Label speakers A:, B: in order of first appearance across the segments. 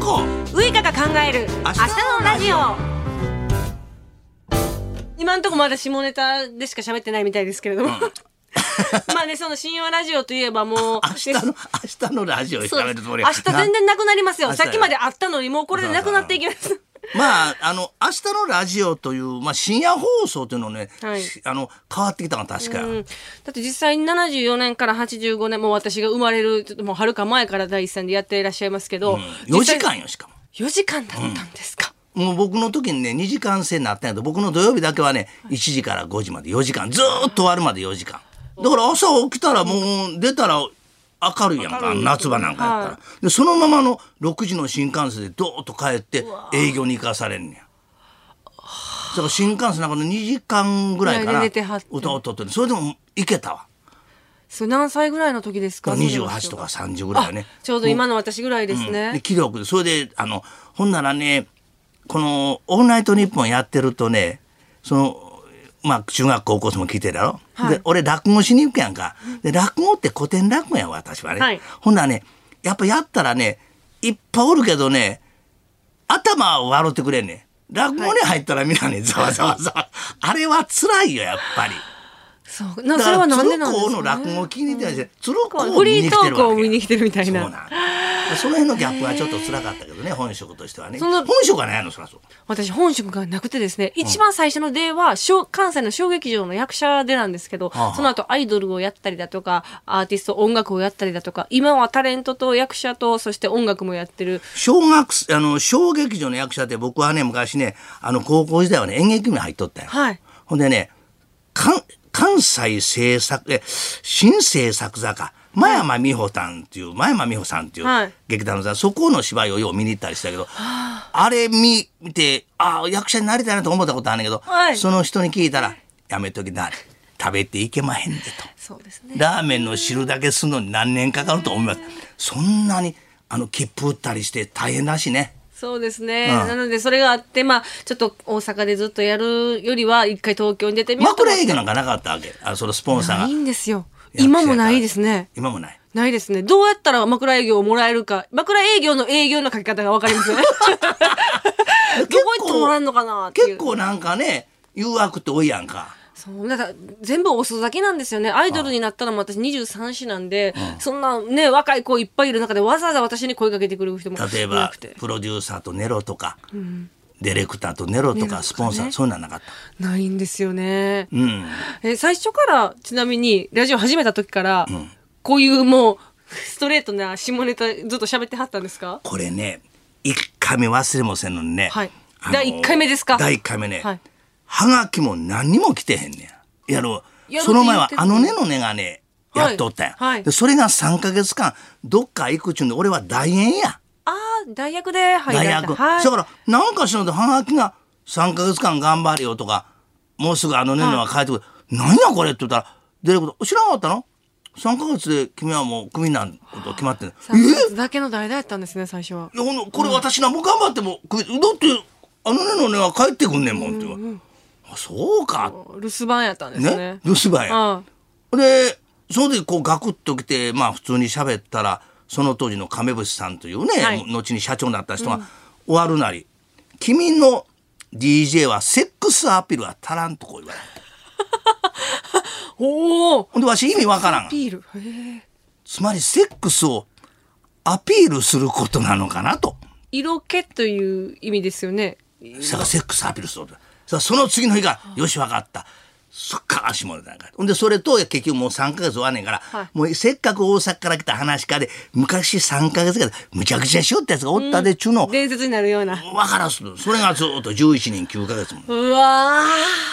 A: コ
B: ウイカが考える明日のラジオ今んとこまだ下ネタでしか喋ってないみたいですけれども、 まあねその深夜ラジオといえばも
A: 明
B: う
A: 日の明日のラジオに
B: そう
A: 食
B: で
A: べ
B: す
A: るつ
B: 明
A: もり
B: 日全然なくなりますよ
A: 明日
B: さっきまであったのにもうこれでなくなっていきます
A: まあ、あの、明日のラジオという、まあ、深夜放送というのね、
B: はい
A: しあの、変わってきたのは確か。
B: うん、だって実際に74年から85年もう私が生まれるちょっともうはるか前から第一線でやっていらっしゃいますけど、
A: 4時
B: 実際
A: 間よ、しかも。
B: 4時間だったんですか、
A: もう僕の時にね、2時間制になったんやけど、僕の土曜日だけはね、1時から5時まで4時間、ずーっと終わるまで4時間。だから朝起きたらもう出たら明るいやんか、夏場なんかやったら。
B: は
A: で、そのままの6時の新幹線でどーっと帰って営業に行かされんねや。だから新幹線なんかの2時間ぐらいか
B: ぐら
A: な、
B: いで出てはって
A: 歌をとって、それでも行けたわ。
B: それ何歳ぐらいの時ですか
A: 28とか30ぐらいよね。
B: ちょうど今の私ぐらいです
A: で
B: ね、
A: 気力でそれであのほんならねこの「オールナイトニッポン」やってるとねそのまあ中学高校生も聞いてるだろ、
B: はい
A: で俺落語しに行くやんかで落語って古典落語やわ私はね、
B: はい
A: ほんならねやっぱやったらねいっぱいおるけどね頭を笑ってくれんねん落語に入ったらみんなね、ざわざわざわあれは辛いよやっぱり
B: そうなそれはなんでなんです
A: 鶴光の
B: か、
A: 落
B: ね、
A: 語を聞いてたりして鶴光を
B: フ
A: 見
B: リ
A: に来
B: ート
A: てるわけや
B: ークを見に来てるみたいな
A: そうなん その辺のギャップはちょっと辛かったけどね本職としてはね
B: その
A: 本職はないのそらそう
B: 私本職がなくてですね、一番最初の出は小関西の小劇場の役者でなんですけど、
A: はあ
B: その後アイドルをやったりだとかアーティスト音楽をやったりだとか今はタレントと役者とそして音楽もやってる
A: 小学生あの小劇場の役者って僕はね昔ねあの高校時代はね演劇部に入っとったよ、
B: はい
A: ほんでね関関西制作え新制作座か真山美穂さんっていう真山美穂さんっていう
B: はい
A: 劇団の座そこの芝居をよう見に行ったりしたけど、あれ見見てああ役者になりたいなと思ったことあるんだけど、
B: はい
A: その人に聞いたら「やめときな食べていけまへんで」と。
B: そうですね
A: ラーメンの汁だけするのに何年かかると思います。そんなにあの切符売ったりして大変だしね。
B: そうですね、
A: うん
B: なのでそれがあってまあちょっと大阪でずっとやるよりは一回東京に出てみようと思
A: 枕
B: って
A: 営業なんかなかったわけ。あそのスポンサ
B: ない
A: ーが。
B: んですよ今もないですね
A: 今もない。
B: ないですねどうやったら枕営業をもらえるか枕営業の営業の書き方がわかり ますよねどこ行ってもらえるのかなっていう
A: 結構なんかね、誘惑って多いやんか。
B: そうだから全部遅咲きなんですよねアイドルになったのも私23歳なんで、そんなね若い子いっぱいいる中でわざわざ私に声かけてくる人も
A: 例え
B: い
A: ば
B: なくて、
A: プロデューサーとネロとか、ディレクターとネロと
B: ネロと
A: か、
B: か
A: スポンサー、
B: ね
A: そういうのはなかった。
B: ないんですよね、
A: うん。
B: え最初からちなみにラジオ始めた時から、こういうもうストレートな下ネタずっと喋ってはったんですか
A: これね、一回目忘れもせんのにね。
B: はい
A: あの
B: 第一回目ですか
A: 第一回目ね。
B: はい
A: はがきも何にも来てへんねん。やろ
B: いや
A: その前は
B: だって
A: あ
B: 言
A: の
B: って
A: ねのねがね、
B: はい
A: やっとったやん、
B: はい
A: でそれが3か月間どっか行くっちゅうんで俺は大変や
B: ああ大学で入ら
A: 大
B: れた
A: 学、
B: はい
A: だからなんかしらんとはがきが3か月間頑張れよとかもうすぐあのねのは帰ってくる、なんやこれって言ったら出ること知らなかったの ?3 か月で君はもうクビになること決まってる
B: 3ヶ月だけの代打やったんですね最初はい
A: やほんのこれ私なんも頑張ってもクビだってあのねのねは帰ってくんねんもんって言う、あそうか
B: 留守番やったんですね
A: ね留守番や、
B: あ
A: でその時こうガクッときてまあ普通に喋ったらその当時の亀渕さんというね、
B: はい
A: 後に社長になった人が終わるなり「君の DJ はセックスアピールは足らん」とこう言われた
B: あおお
A: ほんでわし意味わからん
B: ビールへえ
A: つまりセックスをアピールすることなのかなと
B: 色気という意味ですよね
A: さあセックスアピールするとさあその次の日が「よしわかった」そっから足も出ないからほんでそれと結局もう3か月終わんねんから、
B: はい
A: もうせっかく大阪から来た話家で昔3か月間でむちゃくちゃしようってやつがおったでっちゅうのを、
B: 伝説になるような
A: わからすとそれがずっと11年9か月も
B: うわ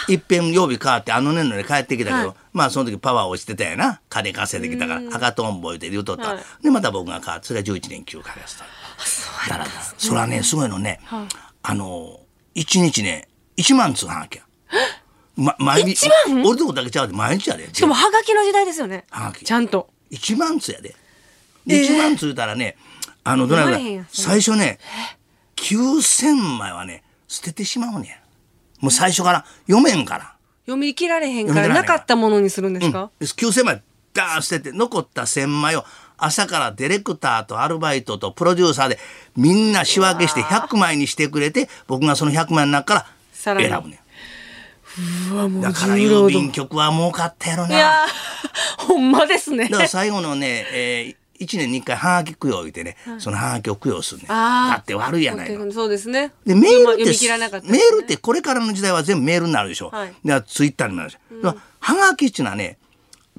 A: いっぺん曜日変わってあの年のね帰ってきたけど、
B: はい
A: まあその時パワー落ちてたやな金稼いできたから赤トンボ言うて言うとった、
B: はい
A: でまた僕が変わってそれが11年9か月とだからそれはねすごいのね、あの1日ね1万通はなきゃ、ま、毎日俺のとこだけちゃうで毎日やで
B: ーしかもハガキの時代ですよね
A: はがき
B: ちゃんと
A: 1万通やで1万通言うたらねあのどないぐら
B: 読まれへんや
A: い
B: んそ
A: 最初ね9,000枚はね捨ててしまうねんもう最初から読めんから。
B: 読み切られへん
A: 読み
B: か
A: 切られへ
B: ら
A: んから
B: なかったものにするんです
A: うん
B: か、
A: です9,000枚ダーン捨てて残った1,000枚を朝からディレクターとアルバイトとプロデューサーでみんな仕分けして100枚にしてくれて僕がその100枚の中から
B: さ
A: 選
B: らに
A: ぶね
B: うわも
A: ん
B: う
A: だから
B: 重労
A: 郵
B: 働
A: 便局は儲かったやろ
B: い
A: な
B: やー ほんまですね
A: だから最後のね、えー、1年に1回ハガキ供養言ってね、そのハガキを供養するねん
B: あー
A: だって悪いやないの
B: そうですね
A: でメールって
B: 読み切らなかった
A: メールってこれからの時代は全部メールになるでしょ、
B: はい
A: だからツイッターにもなるでしょ、だからはがきっていうのはね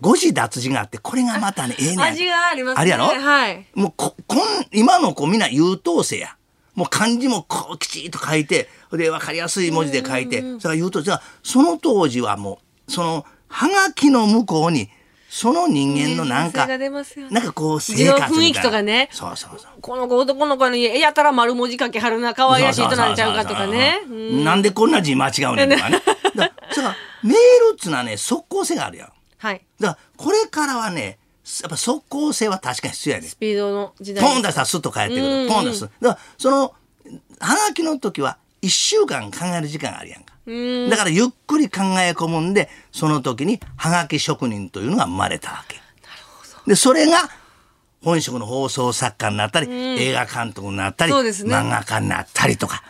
A: 誤字脱字があってこれがまたねええねん
B: 味がありますね
A: あれやろ、
B: はい
A: もうここん今の子みんな優等生やもう漢字もこうきちっと書いてで分かりやすい文字で書いてそれから優等生だからその当時はもうそのはがきの向こうにその人間のなんか、
B: ねえ個性が出ますよね
A: なんかこう生活みたいな
B: 自分の雰囲気とかね
A: そうそうそう
B: この子男の子の家やたら丸文字書きはるな可愛らしい人なんちゃうかとかね
A: そうそうそう
B: う
A: そうんなんでこんな字間違うねんと かね。だからそれからメールっつうのはね即効性があるやん。
B: はい
A: だからこれからはねやっぱ即効性は確かに必要やねん
B: ス。ピードの時代
A: ポン出したらスッと帰ってく
B: うんう
A: る。
B: ん
A: ポン出す。だからそのはがきの時は1週間考える時間があるやんか。
B: うん
A: だからゆっくり考え込むんでその時にはがき職人というのが生まれたわけ。でそれが本職の放送作家になったり、映画監督になったり、
B: そうですね
A: 漫画家になったりとか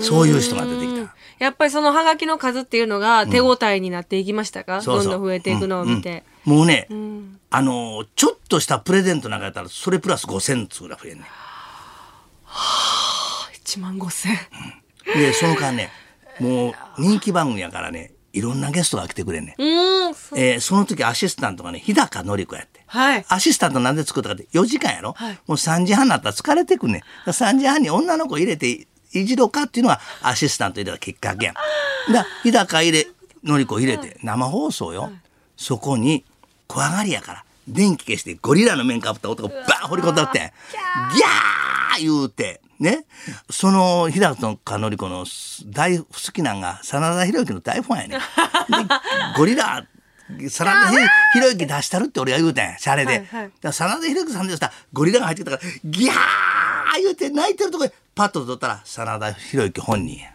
A: そういう人が出てきた。
B: やっぱりそのハガキの数っていうのが手応えになっていきましたか、
A: そうそう
B: どんどん増えていくのを見て、
A: うんうんもうね、あのーちょっとしたプレゼントなんかやったらそれプラス5,000通ぐらい増えんね
B: 1万5千
A: ん でその間ねもう人気番組やからねいろんなゲストが来てくれんねん、
B: うーんそう
A: えーその時アシスタントがね日高のり子やって
B: はい
A: アシスタントなんで作ったかって4時間やろ、
B: はい
A: もう3時半になったら疲れてくんねんだから3時半に女の子入れて一度かっていうのはアシスタント入れたきっかけやんだから日高入れのり子入れて生放送よ、そこに怖がりやから電気消してゴリラの面かぶった男がバーン掘り込んだってんギャー言うてねその日高のり子の大好きなんが真田広之の大ファンやねんでゴリラ真田広之出したるって俺が言うてんシャレで、
B: はいはい
A: だから真田広之さんでしたらゴリラが入ってきたからギャー言うて泣いてるとこでパッと撮ったら真田広之本人や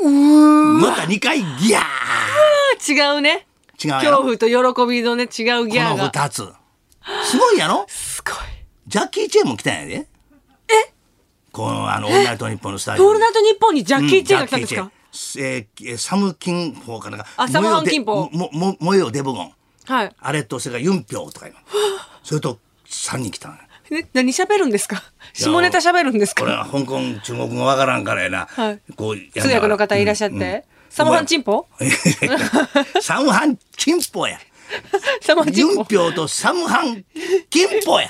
A: また2回ギャ
B: 違うね
A: ー違うや
B: 恐
A: ろこ
B: 怖と喜びのね違うギャ
A: の
B: ーが
A: 2つすごいやろ
B: すごい
A: ジャッキー・チェーンも来たんやでえこのあの「オールナイトニッポン」のスタジ
B: オー
A: オ
B: ル
A: に
B: ナイトニッポンにジャッキー・チェーンが来たんです
A: う
B: か
A: ん、ジャッキーチェンえーサム・キンポーかなんか
B: あサムハンキンポー
A: もももよデボゴン
B: はい
A: あれとそれからユンピョウとかいうのそれと3人来たのよ
B: ね何喋るんですか下ネタ喋るんです
A: 俺
B: か
A: は香港中国語わからんからやな、
B: はい
A: こうやりながら
B: 通訳の方いらっしゃって、
A: うんうん
B: サムハンチンポ
A: サムハンチンポや
B: サムハンチン
A: ユン
B: ポ
A: ピョウとサムハンキンポや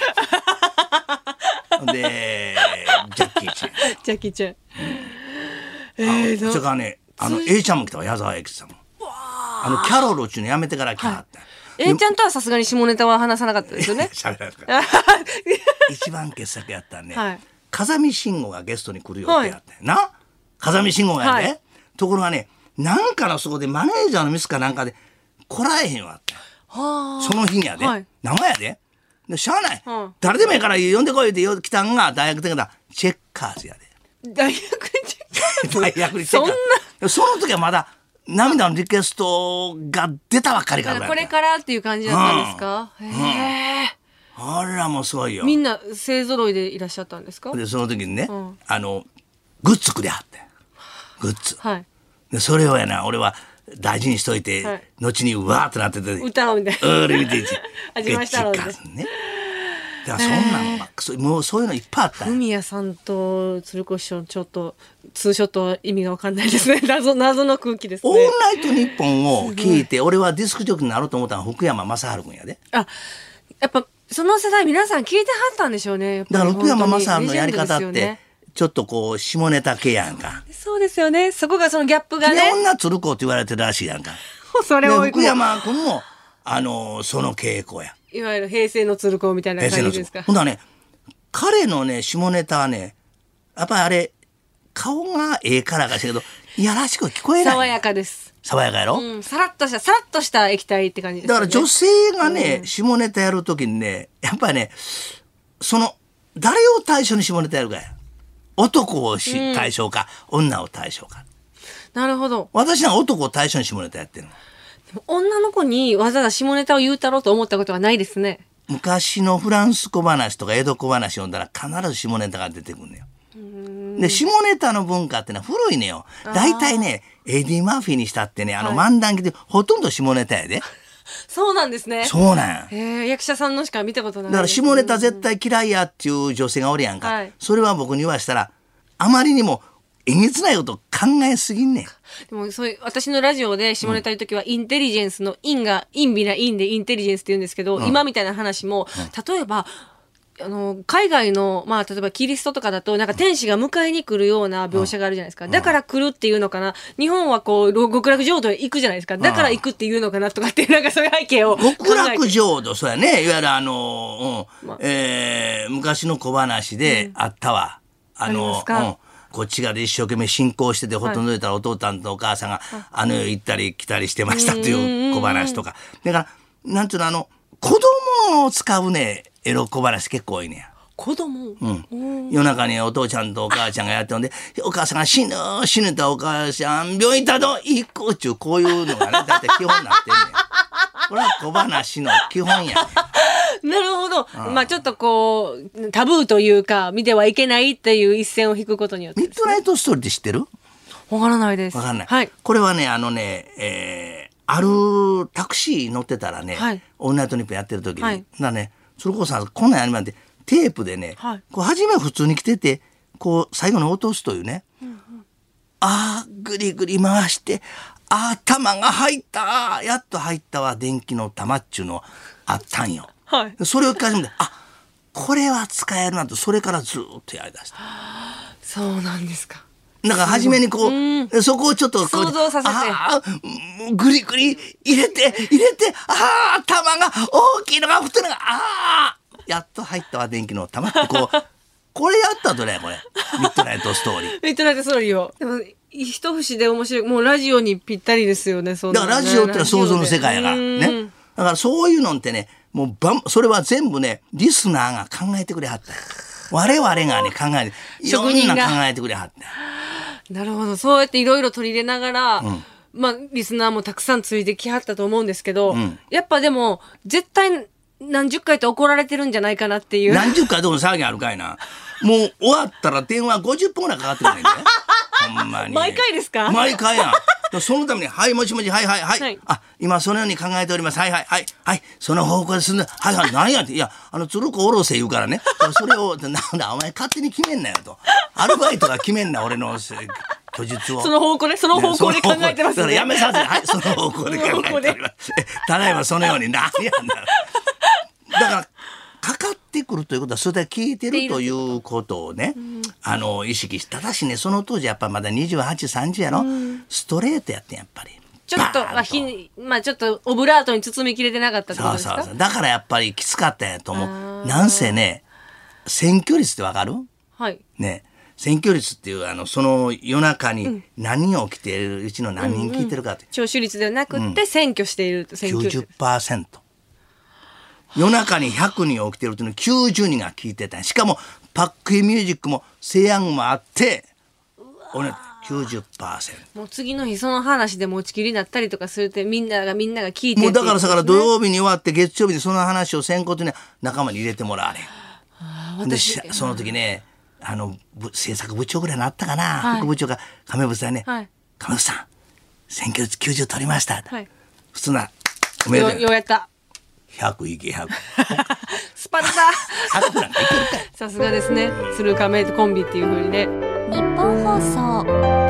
A: でジャッキーちゃん
B: ジャッキー・チェーンえー、
A: それ
B: ど
A: からねあの A ちゃんも来たわ矢沢永吉さんもあのキャロルっちゅうのやめてから来はった、
B: A ちゃんとはさすがに下ネタは話さなかったですよ ね
A: 喋らなかった一番傑作やったね、
B: はい
A: 風見慎吾がゲストに来る予定やったんやな、風見慎吾がね、
B: はい
A: ところがねなんかのそこでマネージャーのミスかなんかで来られへんわって
B: は
A: その日にやで、
B: はい
A: 生やででしゃあない、
B: うん
A: 誰でもいいから呼んでこいって言う来たんが大学的なチェッカーズ やで
B: あ大学チェック
A: 大学にチェッカーズその時はまだ涙のリクエストが出たばっかりか
B: だかららこれからっていう感じだったんですか、へえ
A: あらもうすごいよ
B: みんな勢ぞろいでいらっしゃったんですか
A: でその時にね、
B: ん
A: あのグッズくれはってグッズ
B: はい
A: でそれをやな俺は大事にしといて、
B: はい
A: 後にうわーってなってて
B: 歌おうみたいな
A: うるみ ていち
B: 味ましたろうね
A: グッズかねだからそんなんばっかそうもうそういうのいっぱいあったよ
B: 海谷さんと鶴子師匠のちょっとツーショットは意味がわかんないですね謎謎の空気です
A: オール
B: ね
A: ナイトニッポンを聞いて俺はディスクジョッキーになろうと思ったのは福山雅治君やで
B: あやっぱその世代皆さん聞いてはったんでしょうねやっぱ
A: だ
B: り
A: から福山雅
B: 本
A: 治
B: 当に
A: のやり方っ
B: レジェンドですよ
A: て
B: ね
A: ちょっとこう下ネタ系やんか
B: そうですよねそこがそのギャップが
A: で
B: ね
A: 女鶴子って言われてるらしいやんか
B: そ
A: で
B: れを
A: 福山君もあのその傾向や
B: いわゆる平成の鶴子みたいな
A: 平成
B: 感
A: の
B: じです
A: 人
B: か
A: ほんならね彼のね下ネタはねやっぱりあれ顔がええからかしらんけどいやらしく聞こえない
B: 爽やかです
A: 爽やかやろ、
B: うんさらっとしたさらっとした液体って感じです
A: だ
B: よ
A: か
B: ね
A: ら女性がね、下ネタやるときにねやっぱりねその誰を対象に下ネタやるかや男をし対象か、女を対象か
B: なるほど
A: 私は男を対象に下ネタやってるの
B: 女の子にわざわざ下ネタを言うたろうと思ったことはないですね
A: 昔のフランス小話とか江戸小話読んだら必ず下ネタが出てくるのよ。で下ネタの文化ってのは古いのよ。大体ねエディ・マーフィーにしたってねあの漫談劇でほとんど下ネタやで。
B: そうなんですね。
A: そうなんや。
B: えー、役者さんのしか見たことない。
A: だから下ネタ絶対嫌いやっていう女性がおるやんか、
B: はい
A: それは僕に言わしたらあまりにもえげつないこと考えすぎんねん
B: でもそういう私のラジオで下ネタ言う時は、インテリジェンスの「イン」が「インビな「イン」で「インテリジェンス」って言うんですけど、今みたいな話も、例えばあの海外の、まあ、例えばキリストとかだとなんか天使が迎えに来るような描写があるじゃないですか、だから来るっていうのかな日本はこう極楽浄土へ行くじゃないですかだから行くっていうのかなとかっていうなんかそういう背景を考えて
A: 極楽浄土そうやねいわゆるあの、うんえー昔の小話であったわ、あ
B: ありま
A: の
B: すか
A: うんこっちが一生懸命信仰しててほとんどいたらお父さんとお母さんがあの世行ったり来たりしてましたっていう小話とかだからなんていうのあの子供を使うねエロ小話結構多いねや。
B: 子供、
A: 夜中にお父ちゃんとお母ちゃんがやってほんで、お母さんが死ぬ、死ぬとお母さん、病院行ったど、行こうっちゅう、こういうのがね、だいたい基本になってんねん。これは小話の基本やねん。
B: なるほどまあちょっとこうタブーというか見てはいけないっていう一線を引くことによって
A: ミッドナイトストーリーって知ってる
B: わからないです
A: わかんない、
B: はい
A: これはね、あのね、えーあるタクシー乗ってたらね、
B: はい
A: オールナイトニッポンやってる時に、
B: はい
A: なね、それこそさ、こんなんやりまんで、テープでね、
B: はい
A: こう初めは普通に来てて、こう最後に落とすというね、あーぐりぐり回してあー玉が入ったやっと入ったわ電気の玉っちゅうのあったんよ。
B: はい
A: それを一回始めてあこれは使えるなとそれからずーっとやりだした。
B: そうなんですか。
A: だから初めにこうそこをちょっとこう
B: 想像させて
A: あーうんぐりぐり入れて入れてあー玉が大きいのが太いのがあーやっと入ったわ電気の玉ってこ うこれやったとねこれミッドナイトストーリー。
B: ミッドナイトストーリーを。でも、一節で面白い。もうラジオにぴったりですよね、そん
A: だ
B: な
A: か
B: の
A: らラジオってのは想像の世界やから
B: ラジオでう
A: ね
B: ん。
A: だからそういうのってね、もうばんそれは全部ね、リスナーが考えてくれはった。我々がね、考えて、いろ
B: 職
A: ん
B: 人が
A: な考えてくれはった。
B: なるほど。そうやっていろいろ取り入れながら、まあ、リスナーもたくさんついてきはったと思うんですけど、やっぱでも、絶対何十回と怒られてるんじゃないかなっていう。
A: 何十回どうも騒ぎあるかいな。もう終わったら電話50分ぐらいかかってくる ねんね。ほんまに。
B: 毎回ですか
A: 毎回やん。だからそのために、はい、もしもし、はい、はい、はい。
B: はい
A: あ、今そのように考えております。はい、はい、はい。はい、その方向で進んで、はい、はい、何やって。いや、あの、鶴子おろせ言うからね。それを、 なんだ、お前勝手に決めんなよと。アルバイトが決めんな、俺のせ虚術 を。
B: その方向ね、その方向で考えてます
A: だからや
B: ね。
A: めさせはい、その方向で考えております。えただいまそのように何やんだろう。だから、かかってくるということは、それだけ聞いてるということをね、あの、意識しただしね、その当時やっぱまだ28、30やろ、ストレートやってんやっぱり。
B: ちょっと、
A: バーン
B: まあ、ひまあ、ちょっと、オブラートに包みきれてなかったってこ
A: そう
B: とですか
A: そうそう。だからやっぱりきつかったんやと思
B: あ
A: う。なんせね、選挙率ってわかる
B: はい。
A: ね、選挙率っていう、あの、その夜中に何人起きてるうちの何人聞いてるかって。
B: 聴取率ではなくて、選挙している、選挙率。
A: 90%夜中に100人起きてるっていうの90人が聞いてたしかもパックインミュージックも西安もあって俺90%
B: もう次の日その話で持ちきりになったりとかするってみんながみんなが聞いて
A: もうだからさから
B: ど
A: 土曜日に終わって月曜日にその話をせんことには仲間に入れてもらわれんでしその時ねあのぶ制作部長ぐらいになったかな、
B: はい
A: 副部長が亀渕さんね「
B: はい
A: 亀渕さん選挙率90取りました」
B: はい
A: 普通な「おめで
B: よ
A: とう
B: ようやった
A: 100いけ100」
B: スパルタ
A: 100なんかいけるかい
B: さすがですね鶴亀コンビっていうふうにね
C: 日本放送